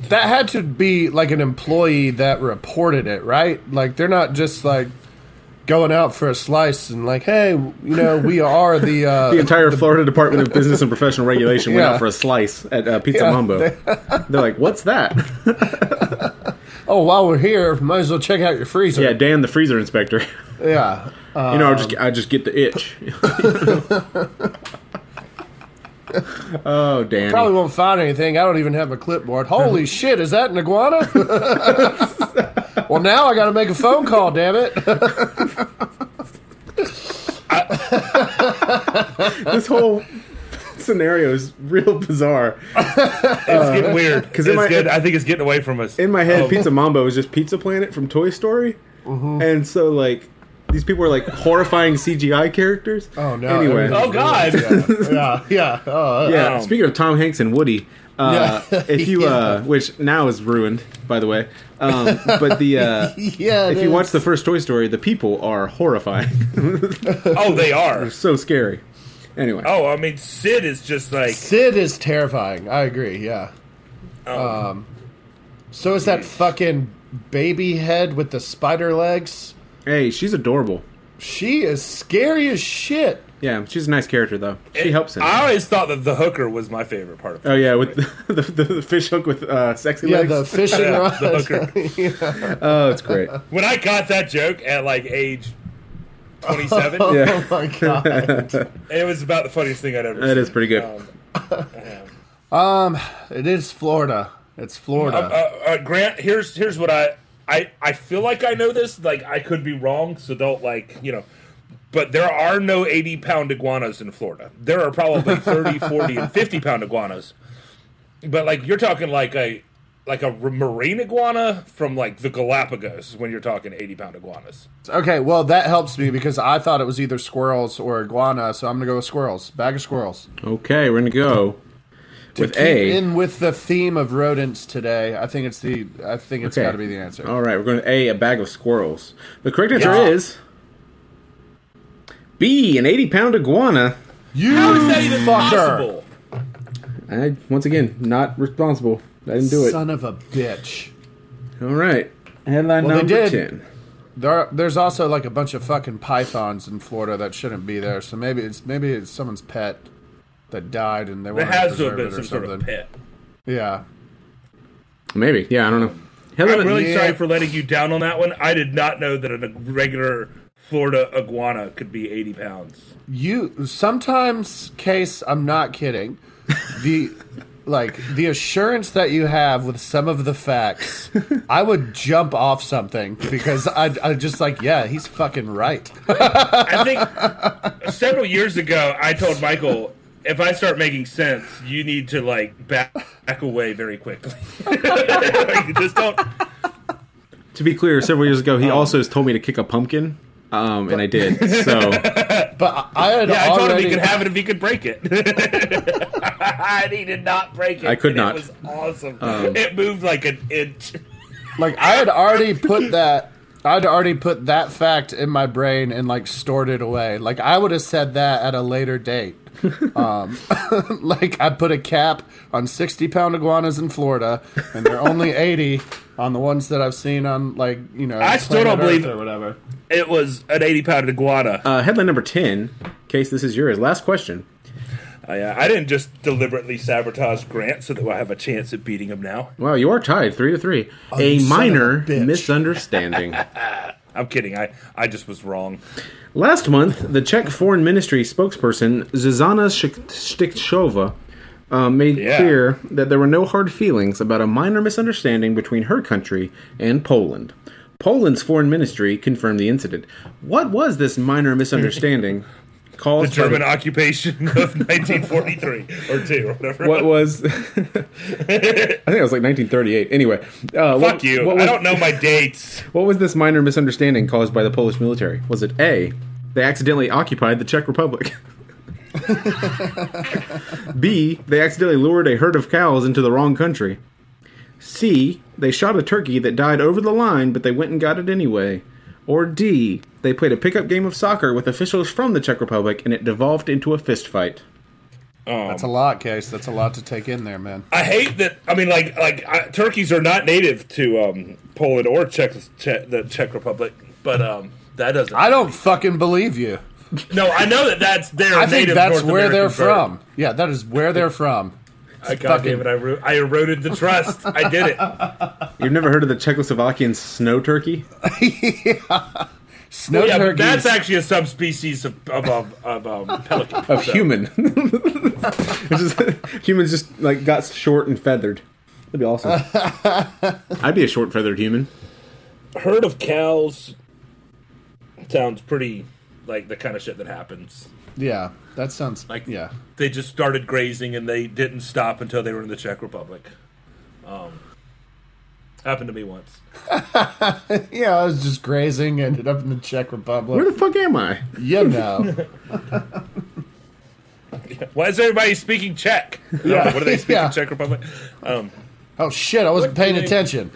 Speaker 1: That had to be like an employee that reported it, right? Like they're not just like going out for a slice and like, hey, you know, we are the uh,
Speaker 3: The entire Florida Department of Business and Professional Regulation went
Speaker 1: Yeah.
Speaker 3: out for a slice at uh, Pizza
Speaker 1: Yeah,
Speaker 3: Mambo. They- are like, what's that?
Speaker 1: oh, while we're here, might as well check out your freezer.
Speaker 3: Yeah, Dan, the freezer inspector.
Speaker 1: Yeah. Uh,
Speaker 3: you know, I just I just get the itch. oh, Danny.
Speaker 1: probably won't find anything. I don't even have a clipboard. Holy shit, is that an iguana? well, now I got to make a phone call, damn it.
Speaker 3: This whole scenario is real bizarre.
Speaker 2: It's getting weird.
Speaker 3: Uh, 'cause
Speaker 2: Because
Speaker 3: in
Speaker 2: it's
Speaker 3: my-
Speaker 2: good. I think it's getting away from us.
Speaker 3: In my head,
Speaker 2: Oh,
Speaker 3: Pizza Mambo is just Pizza Planet from Toy Story,
Speaker 1: Mm-hmm.
Speaker 3: and so like these people are like horrifying CGI characters.
Speaker 1: Oh, no.
Speaker 3: Anyway,
Speaker 2: Oh God.
Speaker 1: yeah, yeah. Uh,
Speaker 3: yeah.
Speaker 2: Um,
Speaker 3: Speaking of Tom Hanks and Woody, uh,
Speaker 1: Yeah.
Speaker 3: if you, uh, which now is ruined, by the way, um, but the uh,
Speaker 1: Yeah, it
Speaker 3: if you
Speaker 1: is.
Speaker 3: watch the first Toy Story, the people are horrifying,
Speaker 2: Oh, they are.
Speaker 3: so scary. Anyway,
Speaker 2: Oh, I mean, Sid is just like
Speaker 1: Sid is terrifying. I agree, yeah.
Speaker 2: Oh.
Speaker 1: Um, so is that fucking baby head with the spider legs.
Speaker 3: hey, she's adorable.
Speaker 1: She is scary as shit.
Speaker 3: Yeah, she's a nice character though. She helps him.
Speaker 2: I always thought that the hooker was my favorite part of it.
Speaker 3: Oh yeah, with the, the, the fish hook with uh, sexy
Speaker 1: Yeah,
Speaker 3: legs.
Speaker 1: the fishing
Speaker 2: Yeah,
Speaker 1: rod.
Speaker 2: the hooker.
Speaker 3: oh, it's great.
Speaker 2: When I got that joke at like age 27,
Speaker 3: Yeah.
Speaker 1: Oh my god.
Speaker 2: it was about the funniest thing I'd ever
Speaker 3: That
Speaker 2: seen.
Speaker 3: is pretty good.
Speaker 1: Um, It is Florida. It's Florida.
Speaker 2: Uh, uh, Grant, here's here's what I, I I feel like I know this. Like I could be wrong, so don't like you know. But there are no 80 pound iguanas in Florida. There are probably 30, 40, and 50 pound iguanas. But like you're talking like a like a r- marine iguana from like the Galapagos when you're talking 80 pound iguanas.
Speaker 1: okay, well that helps me because I thought it was either squirrels or iguana, so I'm gonna go with squirrels. Bag of squirrels.
Speaker 3: Okay, we're gonna go with
Speaker 1: Keep
Speaker 3: A.
Speaker 1: in with the theme of rodents today. I think it's the. I think it's got to be the answer.
Speaker 3: All right, we're going to A, a bag of squirrels. The correct answer
Speaker 2: Yeah.
Speaker 3: is B, an 80 pound iguana.
Speaker 1: You
Speaker 2: How is that even possible?
Speaker 3: I, once again, not responsible. I didn't do it.
Speaker 1: Son of a bitch.
Speaker 3: All right. Headline
Speaker 1: Well, they
Speaker 3: number
Speaker 1: did.
Speaker 3: 10.
Speaker 1: There, are, there's also like a bunch of fucking pythons in Florida that shouldn't be there. So maybe it's maybe it's somemeone's pet that died and they
Speaker 2: There
Speaker 1: want to
Speaker 2: has
Speaker 1: preserve
Speaker 2: to have
Speaker 1: it
Speaker 2: been
Speaker 1: or
Speaker 2: some sort
Speaker 1: something.
Speaker 2: of pet.
Speaker 1: Yeah,
Speaker 3: Maybe. Yeah, I don't know. Headline,
Speaker 2: I'm really
Speaker 1: Yeah.
Speaker 2: sorry for letting you down on that one. I did not know that a regular Florida iguana could be 80 pounds.
Speaker 1: you sometimes case i'm not kidding the like the assurance that you have with some of the facts i would jump off something because i i just like yeah he's fucking right
Speaker 2: I think several years ago, I told Michael, if I start making sense, you need to like back, back away very quickly. Like, just don't.
Speaker 3: to be clear, several years ago, he
Speaker 1: Um,
Speaker 3: also has told me to kick a pumpkin. Um, and I did. So,
Speaker 1: but i, I had
Speaker 2: Yeah, I told
Speaker 1: already
Speaker 2: him he could have it if he could break it. and he did not break it.
Speaker 3: I
Speaker 2: and
Speaker 3: could not. Um,
Speaker 2: It was awesome. it moved like an inch.
Speaker 1: like i had already put that I'd already put that fact in my brain and like stored it away. Like I would have said that at a later date. Um, like I put a cap on sixty pound iguanas in Florida, and they're only eighty on the ones that I've seen on like you know.
Speaker 2: I still
Speaker 1: Planet
Speaker 2: don't believe-
Speaker 1: Earth or whatever.
Speaker 2: It was an 80 pound iguana.
Speaker 3: uh, headline number 10. Case, this is yours. Last question.
Speaker 2: I, uh, I didn't just deliberately sabotage Grant so that I have a chance at beating him now.
Speaker 3: Wow, you are tied three to three. a
Speaker 2: Oh,
Speaker 1: you son of a
Speaker 3: minor
Speaker 1: bitch.
Speaker 3: misunderstanding.
Speaker 2: I'm kidding. I, I just was wrong.
Speaker 3: Last month, the Czech Foreign Ministry spokesperson Zuzana Stikchova uh, made
Speaker 2: Yeah.
Speaker 3: clear that there were no hard feelings about a minor misunderstanding between her country and Poland. Poland's foreign ministry confirmed the incident. What was this minor misunderstanding
Speaker 2: The
Speaker 3: caused by
Speaker 2: German occupation of 1943 or two or whatever.
Speaker 3: what was? I think it was like 1938. Anyway, uh,
Speaker 2: Fuck you.
Speaker 3: What was,
Speaker 2: I don't know my dates.
Speaker 3: What was this minor misunderstanding caused by the Polish military? Was it A, they accidentally occupied the Czech Republic? B, they accidentally lured a herd of cows into the wrong country? C, they shot a turkey that died over the line, but they went and got it anyway? Or D, they played a pickup game of soccer with officials from the Czech Republic and it devolved into a fist fight?
Speaker 1: That's a lot, case. That's a lot to take in there, man.
Speaker 2: I hate that. I mean, like, like I, turkeys are not native to um, Poland or Czech, Czech, the Czech Republic, but um, that doesn't.
Speaker 1: I don't fucking believe you.
Speaker 2: no, I know that that's their.
Speaker 1: I think
Speaker 2: native
Speaker 1: that's
Speaker 2: North
Speaker 1: where
Speaker 2: American
Speaker 1: they're
Speaker 2: bird.
Speaker 1: from. Yeah, that is where they're from.
Speaker 2: I, God damn it! I, ro- I eroded the trust. I did it.
Speaker 3: You've never heard of the Czechoslovakian snow turkey?
Speaker 1: Snow
Speaker 2: yeah, but
Speaker 1: turkeys.
Speaker 2: that's actually a subspecies of of, of, of um, pelican.
Speaker 3: Of human. It's just- humans just like got short and feathered. That'd be awesome. I'd be a short feathered human.
Speaker 2: herd of cows sounds pretty like the kind of shit that happens.
Speaker 1: yeah, that sounds
Speaker 2: Like-
Speaker 1: like yeah.
Speaker 2: They just started grazing and they didn't stop until they were in the Czech Republic. Um, happened to me once.
Speaker 1: Yeah, I was just grazing, ended up in the Czech Republic.
Speaker 3: Where the fuck am I?
Speaker 1: you know.
Speaker 2: Why is everybody speaking Czech? Yeah. What do they speak
Speaker 1: Yeah.
Speaker 2: in Czech Republic? Um,
Speaker 1: oh shit, I wasn't paying
Speaker 2: do they-
Speaker 1: attention.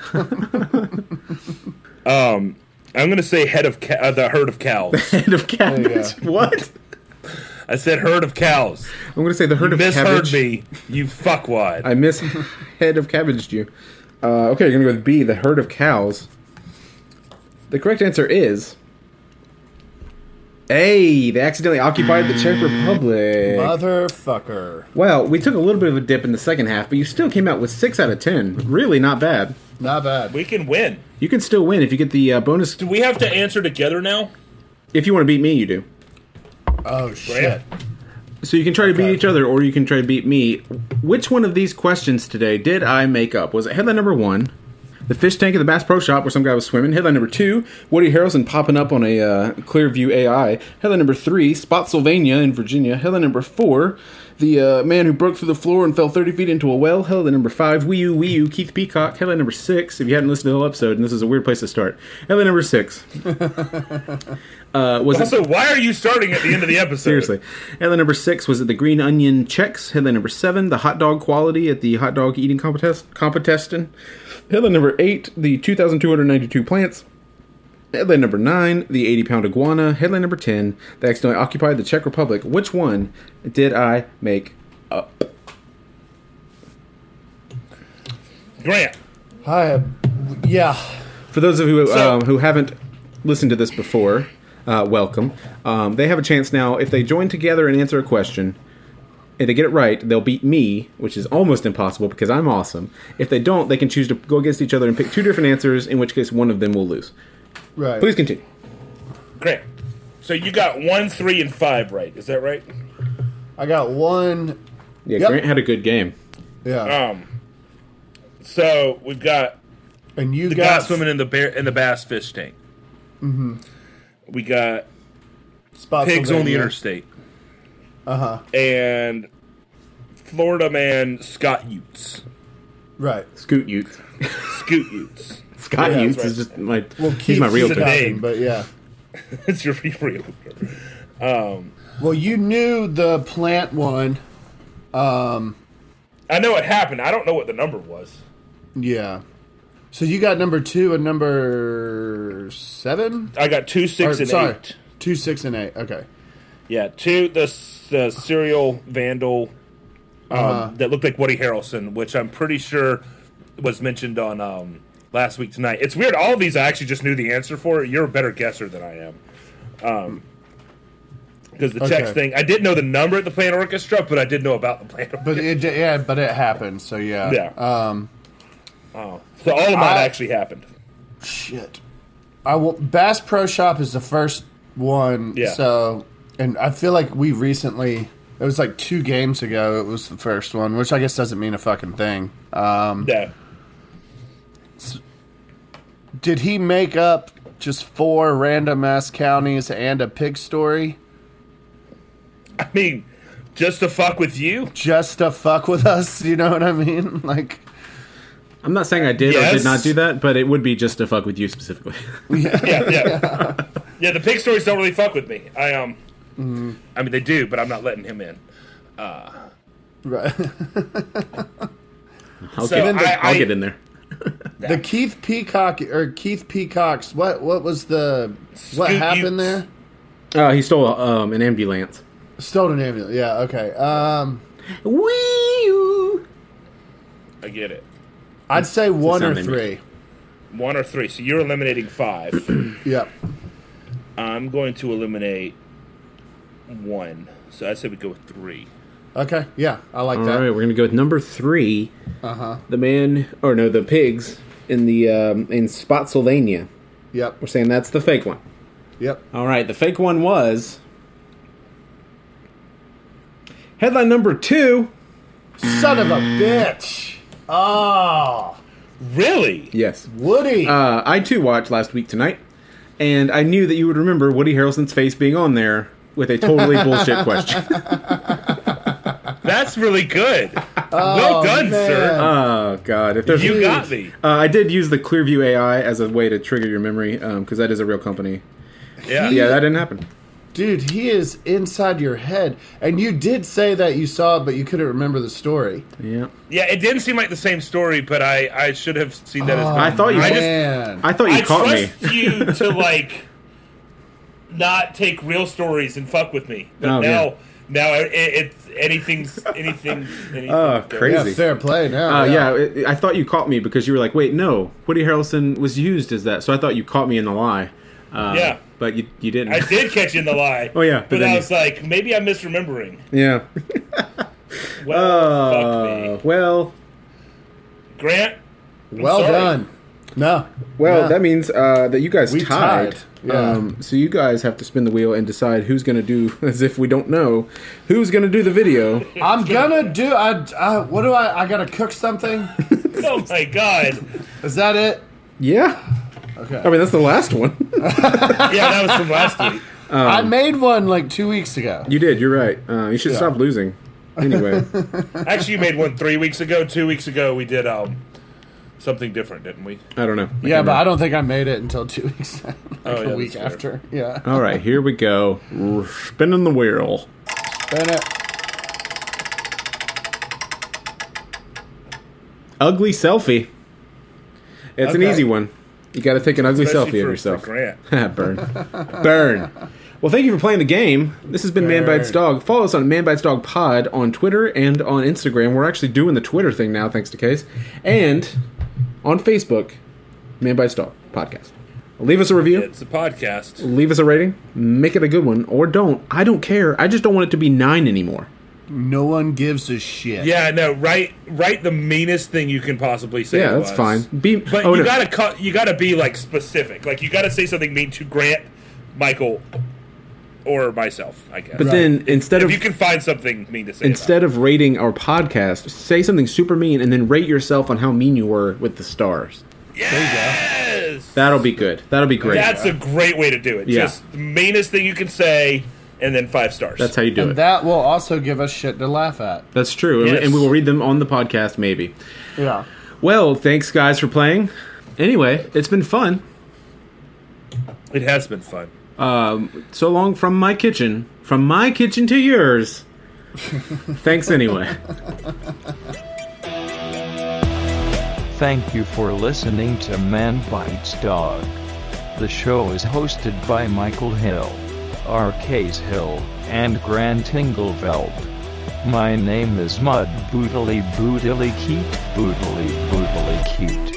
Speaker 2: I'm gonna say head of ca- uh, the herd of cows.
Speaker 3: Head of cabbage.
Speaker 1: There
Speaker 3: What?
Speaker 2: I said herd of cows.
Speaker 3: I'm gonna say the herd of
Speaker 2: Misheard
Speaker 3: cabbage.
Speaker 2: me, you fuckwad.
Speaker 3: I miss head of cabbage you. Uh, okay, you're gonna go with B, the herd of cows. The correct answer is A. They accidentally occupied the Czech Republic.
Speaker 2: Mm.
Speaker 1: Motherfucker.
Speaker 3: Well, we took a little bit of a dip in the second half, but you still came out with six out of ten. Really, not bad.
Speaker 1: Not bad.
Speaker 2: we can win.
Speaker 3: You can still win if you get the uh, bonus.
Speaker 2: Do we have to answer together now?
Speaker 3: If you want to beat me, you do.
Speaker 1: Oh shit.
Speaker 3: So you can try to beat each other, or you can try to beat me. Which one of these questions today did I make up? Was it headline number one, the fish tank at the Bass Pro Shop where some guy was swimming? Headline number two, Woody Harrelson popping up on a uh, Clearview AI. Headline number three, Spotsylvania in Virginia. Headline number four, the uh, man who broke through the floor and fell 30 feet into a well. Headline number five, Wee U, Wee U, Keith Peacock. Headline number six, if you hadn't listened to the whole episode, and this is a weird place to start. Headline number six. uh, was it
Speaker 2: Also, why are you starting at the end of the episode?
Speaker 3: Seriously. Headline number six was it the green onion checks. Headline number seven, the hot dog quality at the hot dog eating contest competition. Headline number eight, the 2,292 plants. Headline number nine, the 80 pound iguana. Headline number 10, they accidentally occupied the Czech Republic. Which one did I make up?
Speaker 2: Grant.
Speaker 1: Hi. Yeah.
Speaker 3: For those of you
Speaker 2: So-
Speaker 3: um, who haven't listened to this before, uh, welcome. Um, they have a chance now. If they join together and answer a question, if they get it right, they'll beat me, which is almost impossible because I'm awesome. If they don't, they can choose to go against each other and pick two different answers, in which case one of them will lose.
Speaker 1: Right.
Speaker 3: Please continue.
Speaker 2: Great. So you got one, three, and five right. Is that right?
Speaker 1: I got one.
Speaker 3: Yeah,
Speaker 1: Yep.
Speaker 3: Grant had a good game.
Speaker 1: Yeah.
Speaker 2: Um. So we've got
Speaker 1: and you
Speaker 2: the guy
Speaker 1: got
Speaker 2: swimming in the bear in the bass fish tank. Mm-hmm. We got
Speaker 1: Spotsylvania.
Speaker 2: pigs on the interstate. Uh huh. And Florida man Scott Utes,
Speaker 1: Right.
Speaker 3: Scoot Utes.
Speaker 2: Scoot Utes.
Speaker 3: Scott
Speaker 1: Yeah,
Speaker 3: Utes
Speaker 1: that's
Speaker 3: is just my.
Speaker 1: Well,
Speaker 3: he's my
Speaker 1: Keith's
Speaker 3: real
Speaker 1: the
Speaker 2: name.
Speaker 3: pick.
Speaker 1: captain, but yeah.
Speaker 2: it's your real. Um.
Speaker 1: Well, you knew the plant one.
Speaker 2: I know it happened. I don't know what the number was.
Speaker 1: Yeah. So you got number two and number seven.
Speaker 2: I got two, six,
Speaker 1: Or,
Speaker 2: and
Speaker 1: sorry,
Speaker 2: eight.
Speaker 1: two, six, and eight. Okay.
Speaker 2: Yeah, two the the serial vandal um, that looked like Woody Harrelson, which I'm pretty sure was mentioned on um, last week tonight. It's weird. All of these I actually just knew the answer for. You're a better guesser than I am. Because the
Speaker 1: Okay.
Speaker 2: checks thing, I did know the number at the Plant Orchestra, but I did know about the Plant Orchestra.
Speaker 1: But it, yeah, but it happened. So yeah.
Speaker 2: Yeah.
Speaker 1: Um.
Speaker 2: So all of mine
Speaker 1: I-
Speaker 2: actually happened.
Speaker 1: Shit. I will, Bass Pro Shop is the first one.
Speaker 2: Yeah.
Speaker 1: So, and I feel like we recently. It was like two games ago. It was the first one, which I guess doesn't mean a fucking thing. Um,
Speaker 2: Yeah.
Speaker 1: did he make up just four random ass counties and a pig story
Speaker 2: I mean, just to fuck with you?
Speaker 1: just to fuck with us? You know what I mean? Like,
Speaker 3: I'm not saying I did or
Speaker 2: Yes.
Speaker 3: did not do that, but it would be just to fuck with you specifically.
Speaker 2: Yeah, yeah. yeah, the pig stories don't really fuck with me. I um I mean they do, but I'm not letting him in.
Speaker 1: right.
Speaker 3: I'll,
Speaker 2: So
Speaker 3: get,
Speaker 2: I-
Speaker 3: I'll
Speaker 2: I-
Speaker 3: get in there.
Speaker 1: the Keith Peacock or Keith Peacock's what? What was the what
Speaker 2: Scoot
Speaker 1: happened
Speaker 2: Utes.
Speaker 1: there?
Speaker 3: Uh, he stole um, an ambulance.
Speaker 1: Stolen ambulance. Yeah. Okay. Um.
Speaker 3: Wee!
Speaker 2: I get it.
Speaker 1: I'd say one or
Speaker 3: sound they
Speaker 1: three.
Speaker 2: One or three. So you're eliminating five.
Speaker 1: Yep.
Speaker 2: I'm going to eliminate one. So I say we go with three.
Speaker 1: Okay. Yeah, I like
Speaker 3: All
Speaker 1: that.
Speaker 3: right, we're gonna go with number three.
Speaker 1: Uh huh.
Speaker 3: The man, or no, the pigs in the um, in Spotsylvania.
Speaker 1: Yep.
Speaker 3: We're saying that's the fake one.
Speaker 1: Yep.
Speaker 3: All right, the fake one was headline number two.
Speaker 1: Son of a bitch. Oh,
Speaker 2: Really?
Speaker 3: Yes,
Speaker 1: Woody.
Speaker 3: uh, I too watched last week tonight, and I knew that you would remember Woody Harrelson's face being on there with a totally bullshit question.
Speaker 2: That's really good. well done, sir.
Speaker 1: man.
Speaker 3: Oh God! If there's
Speaker 2: You got me.
Speaker 3: Uh, I did use the Clearview AI as a way to trigger your memory because that is a real company.
Speaker 2: Yeah.
Speaker 3: Yeah, that didn't happen.
Speaker 1: Dude, he is inside your head. And you did say that you saw it, but you couldn't remember the story.
Speaker 3: Yeah,
Speaker 2: Yeah, it didn't seem like the same story, but I, I should have seen that as
Speaker 3: Oh, I thought you.
Speaker 2: I just-
Speaker 1: Man.
Speaker 3: I thought you
Speaker 2: I
Speaker 3: caught
Speaker 2: trust
Speaker 3: me.
Speaker 2: you to like not take real stories and fuck with me. But
Speaker 3: Oh,
Speaker 2: now,
Speaker 3: yeah.
Speaker 2: now it, it's anything's anything. anything
Speaker 3: Oh, crazy.
Speaker 1: yeah, fair play now.
Speaker 3: Uh, yeah, it, I thought you caught me because you were like, "Wait, no, Woody Harrelson was used as that," so I thought you caught me in the lie. Uh,
Speaker 2: Yeah.
Speaker 3: but you you didn't.
Speaker 2: I did catch you in the lie.
Speaker 3: Oh, yeah, but
Speaker 2: but,
Speaker 3: then
Speaker 2: I
Speaker 3: you-
Speaker 2: was like, maybe I'm misremembering.
Speaker 3: yeah.
Speaker 2: Well,
Speaker 3: Uh,
Speaker 2: fuck me,
Speaker 3: well,
Speaker 2: Grant. I'm
Speaker 1: Well
Speaker 2: sorry.
Speaker 1: done. No.
Speaker 3: well,
Speaker 1: Yeah.
Speaker 3: that means uh, that you guys
Speaker 1: We
Speaker 3: tied.
Speaker 1: tied. Yeah.
Speaker 3: Um, so you guys have to spin the wheel and decide who's going to do, as if we don't know, who's going to do the video.
Speaker 1: I'm gonna do. I, I. What do I? I gotta cook something.
Speaker 2: Oh my god.
Speaker 1: Is that it?
Speaker 3: yeah.
Speaker 1: Okay.
Speaker 3: I mean, that's the last one.
Speaker 2: Yeah, that was from last week. Um,
Speaker 1: I made one like two weeks ago.
Speaker 3: you did. You're right. Uh, you should
Speaker 1: Yeah.
Speaker 3: stop losing. Anyway,
Speaker 2: Actually, you made one three weeks ago. Two weeks ago, we did um something different, didn't we?
Speaker 3: I don't know.
Speaker 1: yeah, but I don't think I made it until two weeks. like
Speaker 2: Oh, yeah,
Speaker 1: a week
Speaker 2: that's
Speaker 1: after.
Speaker 2: fair.
Speaker 1: Yeah.
Speaker 3: All right, here we go. R- Spinning the wheel.
Speaker 1: Bennett.
Speaker 3: Ugly selfie. It's an
Speaker 1: Okay.
Speaker 3: easy one. You got to take an ugly
Speaker 2: Especially
Speaker 3: selfie
Speaker 2: for-
Speaker 3: of
Speaker 2: for
Speaker 3: yourself.
Speaker 2: Grant.
Speaker 3: Burn. Burn. Well, thank you for playing the game. This has been Man Bites Dog. Follow us on Man Bites Dog Pod on Twitter and on Instagram. We're actually doing the Twitter thing now, thanks to Case. And on Facebook, Man Bites Dog Podcast. Leave us a review.
Speaker 2: It's a podcast.
Speaker 3: Leave us a rating. Make it a good one. Or don't. I don't care. I just don't want it to be nine anymore.
Speaker 1: No one gives a shit.
Speaker 2: Yeah, no, write write the meanest thing you can possibly say.
Speaker 3: Yeah,
Speaker 2: to
Speaker 3: that's
Speaker 2: us.
Speaker 3: fine. Be-
Speaker 2: but
Speaker 3: oh,
Speaker 2: you
Speaker 3: no.
Speaker 2: gotta cut. You gotta be like specific. Like you gotta say something mean to Grant, Michael, or myself. I guess.
Speaker 3: But then instead
Speaker 2: if
Speaker 3: of
Speaker 2: you can find something mean to say,
Speaker 3: instead of rating our podcast, say something super mean and then rate yourself on how mean you were with the stars.
Speaker 2: about it. yes,
Speaker 3: That'll be good. That'll be great.
Speaker 2: that's a great way to do it.
Speaker 3: Yeah.
Speaker 2: Just the meanest thing you can say, and then five stars.
Speaker 3: That's how you do
Speaker 1: And
Speaker 3: it.
Speaker 1: that will also give us shit to laugh at.
Speaker 3: That's true. And we-
Speaker 2: Yes.
Speaker 3: And we will read them on the podcast maybe.
Speaker 1: Yeah.
Speaker 3: Well, thanks guys for playing. Anyway, it's been fun.
Speaker 2: it has been fun.
Speaker 3: So long from my kitchen, from my kitchen to yours. thanks anyway.
Speaker 4: Thank you for listening to Man Bites Dog. The show is hosted by Michael Hill, R. Case Hill, and Grant Engelveld. My name is Mud Bootily Bootily Keat Bootily Bootily Keat.